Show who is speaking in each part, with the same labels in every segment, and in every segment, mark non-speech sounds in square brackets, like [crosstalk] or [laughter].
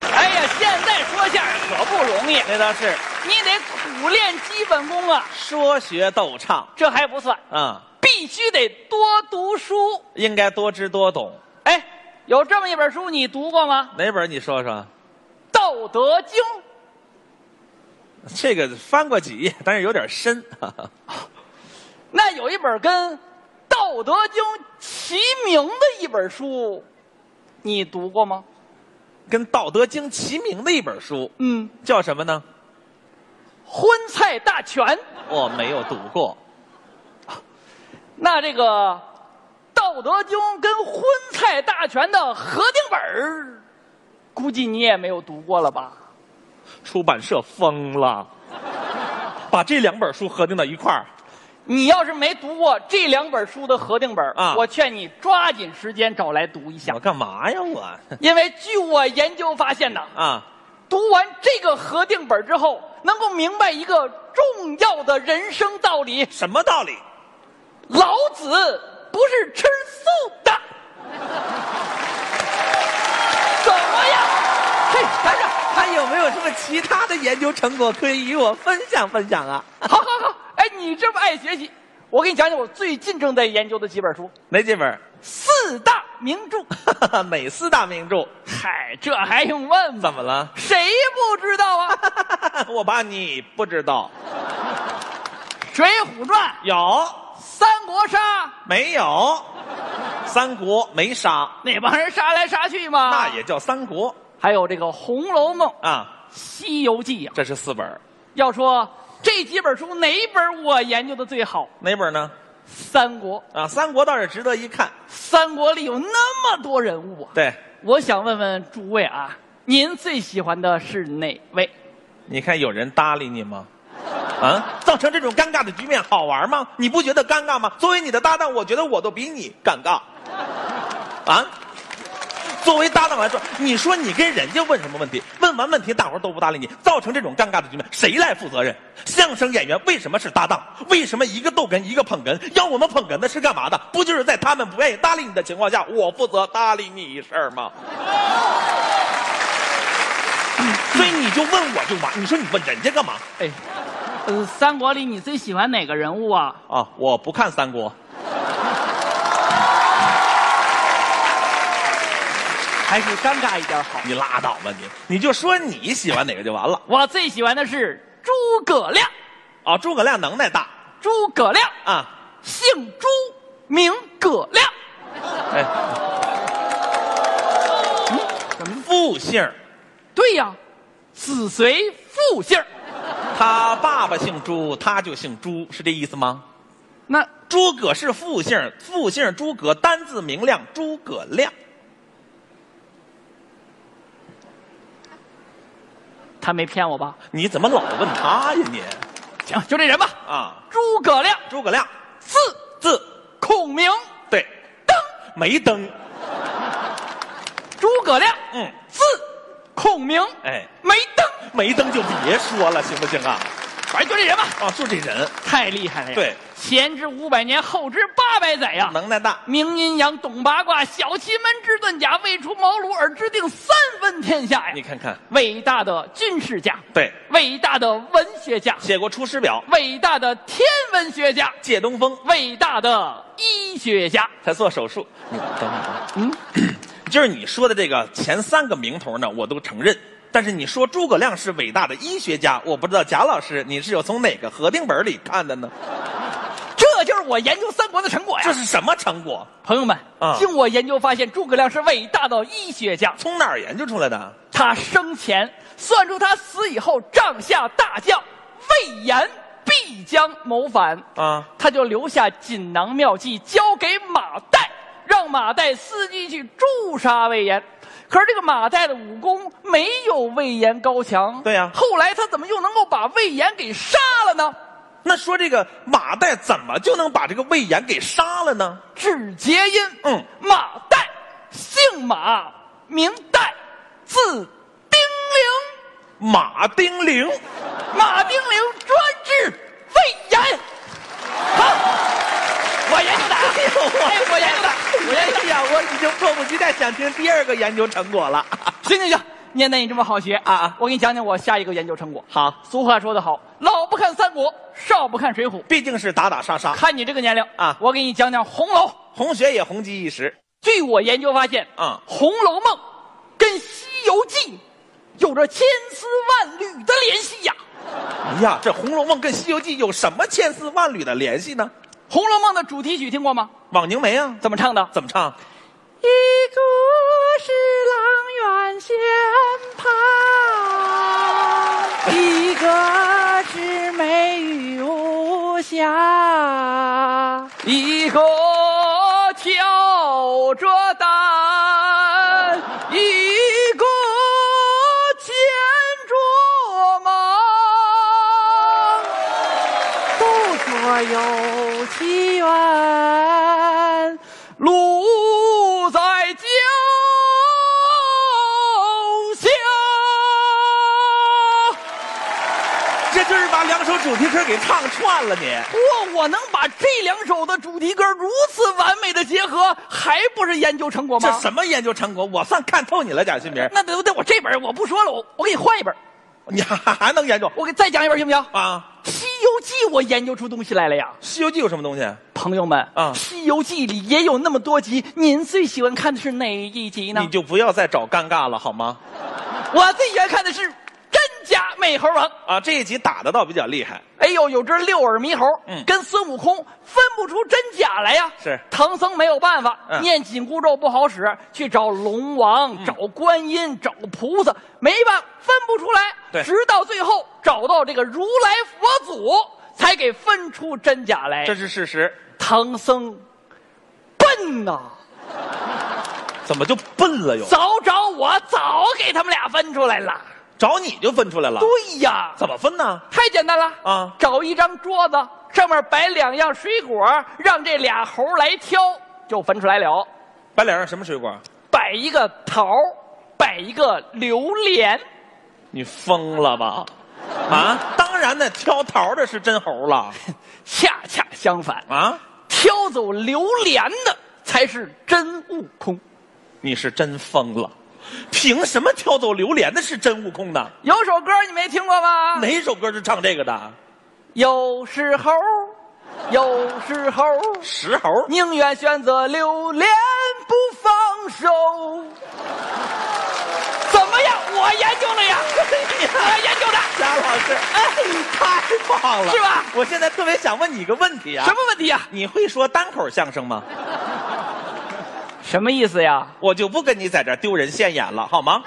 Speaker 1: 哎不容易，
Speaker 2: 那倒是
Speaker 1: 你得苦练基本功啊。
Speaker 2: 说学逗唱
Speaker 1: 这还不算，
Speaker 2: 啊、
Speaker 1: 必须得多读书。
Speaker 2: 应该多知多懂。
Speaker 1: 哎，有这么一本书你读过吗？
Speaker 2: 哪本儿你说说？
Speaker 1: 《道德经》。
Speaker 2: 这个翻过几页，但是有点深。 [laughs] 哈哈
Speaker 1: 那有一本跟《道德经》齐名的一本书，你读过吗？
Speaker 2: 跟《道德经》齐名的一本书，
Speaker 1: 嗯，
Speaker 2: 叫什么呢？
Speaker 1: 《荤菜大全》。
Speaker 2: 我没有读过。
Speaker 1: 那这个《道德经》跟《荤菜大全》的合订本儿，估计你也没有读过了吧？
Speaker 2: 出版社疯了，把这两本书合并到一块儿。
Speaker 1: 你要是没读过这两本书的合订本儿
Speaker 2: 啊
Speaker 1: 我劝你抓紧时间找来读一下
Speaker 2: 我，干嘛呀我？ [laughs]
Speaker 1: 因为据我研究发现呢，
Speaker 2: 啊，
Speaker 1: 读完这个合订本之后，能够明白一个重要的人生道理：
Speaker 2: 什么道理？
Speaker 1: 老子不是吃素的。怎么样？嘿，咱这
Speaker 2: 还有没有什么其他的研究成果可以与我分享分享啊？
Speaker 1: 好好好，哎，你这么爱学习，我给你讲讲我最近正在研究的几本书，
Speaker 2: 哪几 [laughs] 本？
Speaker 1: 四大名著。
Speaker 2: 美四大名著。
Speaker 1: 嗨，这还用问吗？
Speaker 2: 怎么了？
Speaker 1: 谁不知道
Speaker 2: [laughs]
Speaker 1: 啊？
Speaker 2: 我怕你不知道。
Speaker 1: 《水浒传》《
Speaker 2: 有
Speaker 1: 三国杀》
Speaker 2: 没有？三国没杀，
Speaker 1: 那帮人杀来杀去嘛。
Speaker 2: 那也叫三国
Speaker 1: 还有这个《红楼梦》《
Speaker 2: 啊。
Speaker 1: 西游记》啊。
Speaker 2: 这是四本儿，
Speaker 1: 要说这几本书哪本我研究的最好？
Speaker 2: 哪本呢？
Speaker 1: 三国，
Speaker 2: 啊，三国倒是值得一看。
Speaker 1: 三国里有那么多人物啊！
Speaker 2: 对，
Speaker 1: 我想问问诸位啊，您最喜欢的是哪位？
Speaker 2: 你看有人搭理你吗？啊，造成这种尴尬的局面好玩吗？你不觉得尴尬吗？作为你的搭档，我觉得我都比你尴尬。啊，作为搭档来说，你说你跟人家问什么问题？问完问题，大伙儿都不搭理你，造成这种尴尬的局面，谁来负责任？相声演员为什么是搭档？为什么一个逗哏一个捧哏？要我们捧哏的是干嘛的？不就是在他们不愿意搭理你的情况下，我负责搭理你一事儿吗？所以你就问我就完，你说你问人家干嘛？
Speaker 1: 哎，呃，三国里你最喜欢哪个人物啊？
Speaker 2: 啊，我不看三国。
Speaker 1: 还是尴尬一点好。
Speaker 2: 你拉倒吧你，你就说你喜欢哪个就完了。
Speaker 1: 我最喜欢的是诸葛亮，
Speaker 2: 啊，诸葛亮能耐大
Speaker 1: 诸葛亮，
Speaker 2: 啊，
Speaker 1: 姓朱，名葛亮，
Speaker 2: 哎，什么复姓儿？
Speaker 1: 对呀，子随父姓儿
Speaker 2: 他爸爸姓朱，他就姓朱，是这意思吗？
Speaker 1: 那
Speaker 2: 诸葛是复姓儿，复姓儿诸葛，单字明亮，诸葛亮。
Speaker 1: 他没骗我吧？
Speaker 2: 你怎么老问他呀你？
Speaker 1: 行，就这人吧。
Speaker 2: 啊，
Speaker 1: 诸葛亮，
Speaker 2: 诸葛亮，
Speaker 1: 字
Speaker 2: 字
Speaker 1: 孔明，
Speaker 2: 对，
Speaker 1: 登
Speaker 2: 没登，
Speaker 1: 诸葛亮，
Speaker 2: 嗯，
Speaker 1: 字孔明，
Speaker 2: 哎，
Speaker 1: 没登，
Speaker 2: 没登就别说了，行不行啊？
Speaker 1: 反哎正就这人吧。
Speaker 2: 啊，就这人
Speaker 1: 太厉害了呀！
Speaker 2: 对，
Speaker 1: 前知五百年，后知八百载呀。
Speaker 2: 能耐大，
Speaker 1: 明阴阳，懂八卦，小奇门之遁甲，未出茅庐而知定三分天下呀！
Speaker 2: 你看看，
Speaker 1: 伟大的军事家，
Speaker 2: 对，
Speaker 1: 伟大的文学家，
Speaker 2: 写过《出师表》，
Speaker 1: 伟大的天文学家，
Speaker 2: 借东风
Speaker 1: 伟大的医学家。
Speaker 2: 才做手术。你等会儿，啊
Speaker 1: 嗯，
Speaker 2: [clears throat] 就是你说的这个前三个名头呢，我都承认。但是你说诸葛亮是伟大的医学家，我不知道贾老师你是有从哪个核定本里看的呢？
Speaker 1: 这就是我研究三国的成果呀！
Speaker 2: 这是什么成果？
Speaker 1: 朋友们，
Speaker 2: 啊
Speaker 1: 经我研究发现，诸葛亮是伟大的医学家。
Speaker 2: 从哪儿研究出来的？
Speaker 1: 他生前算出他死以后帐下大将魏延必将谋反，
Speaker 2: 啊，
Speaker 1: 他就留下锦囊妙计交给马岱，让马岱伺机去诛杀魏延。可是这个马岱的武功没有魏延高强，
Speaker 2: 对呀
Speaker 1: 后来他怎么又能够把魏延给杀了呢？
Speaker 2: 那说这个马岱怎么就能把这个魏延给杀了呢？
Speaker 1: 治节因。
Speaker 2: 嗯，
Speaker 1: 马岱，姓马，名岱，字丁玲，
Speaker 2: 马丁玲，
Speaker 1: 马丁玲专治胃炎。好，我研究的啊，哎，我研究的，我研究的。
Speaker 2: 呀，我已经迫不及待想听第二个研究成果了。
Speaker 1: 行行行，念得你这么好学
Speaker 2: 啊啊
Speaker 1: 我给你讲讲我下一个研究成果。
Speaker 2: 好，
Speaker 1: 俗话说得好，老不看三国，少不看水浒。
Speaker 2: 毕竟是打打杀杀，
Speaker 1: 看你这个年龄
Speaker 2: 啊
Speaker 1: 我给你讲讲《红楼》。
Speaker 2: 红学也红极一时。
Speaker 1: 据我研究发现，
Speaker 2: 嗯
Speaker 1: 《红楼梦》跟《西游记》有着千丝万缕的联系呀、
Speaker 2: 哎呀，这《红楼梦》跟《西游记》有什么千丝万缕的联系呢？
Speaker 1: 《红楼梦》的主题曲听过吗？
Speaker 2: 枉凝眉啊，
Speaker 1: 怎么唱的？
Speaker 2: 怎么唱？
Speaker 1: 一个是阆苑仙葩，一个是美玉无瑕，一个挑着担，一个牵着马。都说有奇缘，路在脚下。
Speaker 2: 这就是把两首主题歌给唱串了你，
Speaker 1: 哇，我能把这两首的主题歌如此完美的结合，还不是研究成果
Speaker 2: 这
Speaker 1: 吗？
Speaker 2: 什么研究成果？我算看透你了，贾新明，
Speaker 1: 那得得我这本我不说了，我我给你换一本，
Speaker 2: 你还还能研究
Speaker 1: 我给再讲一本行不行？《
Speaker 2: 啊？
Speaker 1: 西游记》我研究出东西来了呀，嗯
Speaker 2: 《西游记》有什么东西？
Speaker 1: 朋友们
Speaker 2: 啊
Speaker 1: 西游记》里也有那么多集，您最喜欢看的是哪一集呢？
Speaker 2: 你就不要再找尴尬了好吗？
Speaker 1: 我最喜欢看的是真假美猴王。
Speaker 2: 啊，这一集打得倒比较厉害，
Speaker 1: 哎呦，有只六耳猕猴，
Speaker 2: 嗯
Speaker 1: 跟孙悟空分不出真假来呀。
Speaker 2: 是
Speaker 1: 唐僧没有办法，
Speaker 2: 嗯
Speaker 1: 念紧箍咒不好使，去找龙王、找观音、找菩萨，没办法分不出来。
Speaker 2: 对
Speaker 1: 直到最后找到这个如来佛祖，才给分出真假来。
Speaker 2: 这是事实。
Speaker 1: 唐僧笨呐、
Speaker 2: 怎么就笨了又？
Speaker 1: 早找我早给他们俩分出来了。
Speaker 2: 啊找你就分出来了？
Speaker 1: 对呀，
Speaker 2: 怎么分呢？
Speaker 1: 太简单了
Speaker 2: 啊
Speaker 1: 找一张桌子，上面摆两样水果，让这俩猴来挑，就分出来了。
Speaker 2: 摆脸上什么水果？
Speaker 1: 摆一个桃儿，摆一个榴莲，
Speaker 2: 你疯了吧？啊，当然呢，挑桃的是真猴了
Speaker 1: 恰恰相反，
Speaker 2: 啊！
Speaker 1: 挑走榴莲的才是真悟空。
Speaker 2: 你是真疯了，凭什么挑走榴莲的是真悟空呢？
Speaker 1: 有首歌你没听过吗？
Speaker 2: 哪首歌是唱这个的？
Speaker 1: 有时候，有时候，
Speaker 2: 石猴，
Speaker 1: [laughs] 宁愿选择榴莲不放手。怎么样？我研究了呀，我研究 [laughs] 的。
Speaker 2: 贾老师，哎太棒了，
Speaker 1: 是吧
Speaker 2: 我现在特别想问你一个问题啊，
Speaker 1: 什么？问题呀、
Speaker 2: 你会说单口相声吗？
Speaker 1: 什么意思呀？
Speaker 2: 我就不跟你在这儿丢人现眼了，好吗？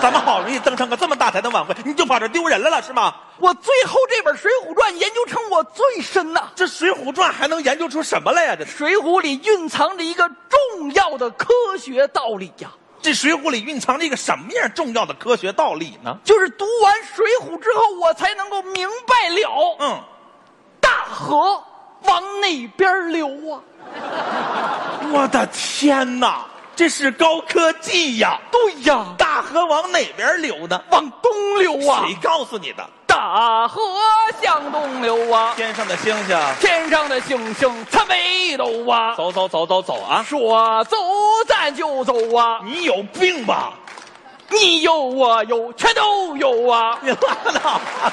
Speaker 2: 咱们好容易登上个这么大台的晚会，你就跑这儿丢人来了是吗？
Speaker 1: 我最后这本《水浒传》研究成我最深呐、
Speaker 2: 这《水浒传》还能研究出什么来呀？这
Speaker 1: 水浒》里蕴藏着一个重要的科学道理呀、
Speaker 2: 这《水浒》里蕴藏着一个什么样重要的科学道理呢？
Speaker 1: 就是读完《水浒》之后，我才能够明白了，
Speaker 2: 嗯，
Speaker 1: 大河往哪边流啊？
Speaker 2: 我的天哪，这是高科技呀！
Speaker 1: 对呀，
Speaker 2: 大河往哪边流呢？
Speaker 1: 往东流啊！
Speaker 2: 谁告诉你的？
Speaker 1: 大河向东流啊，
Speaker 2: 天上的星星，
Speaker 1: 天上的星星它没走啊，
Speaker 2: 走走走走走啊！
Speaker 1: 说走咱就走啊。
Speaker 2: 你有 [laughs] 病吧？
Speaker 1: 你有我有，全都有啊！
Speaker 2: 你拉倒吧！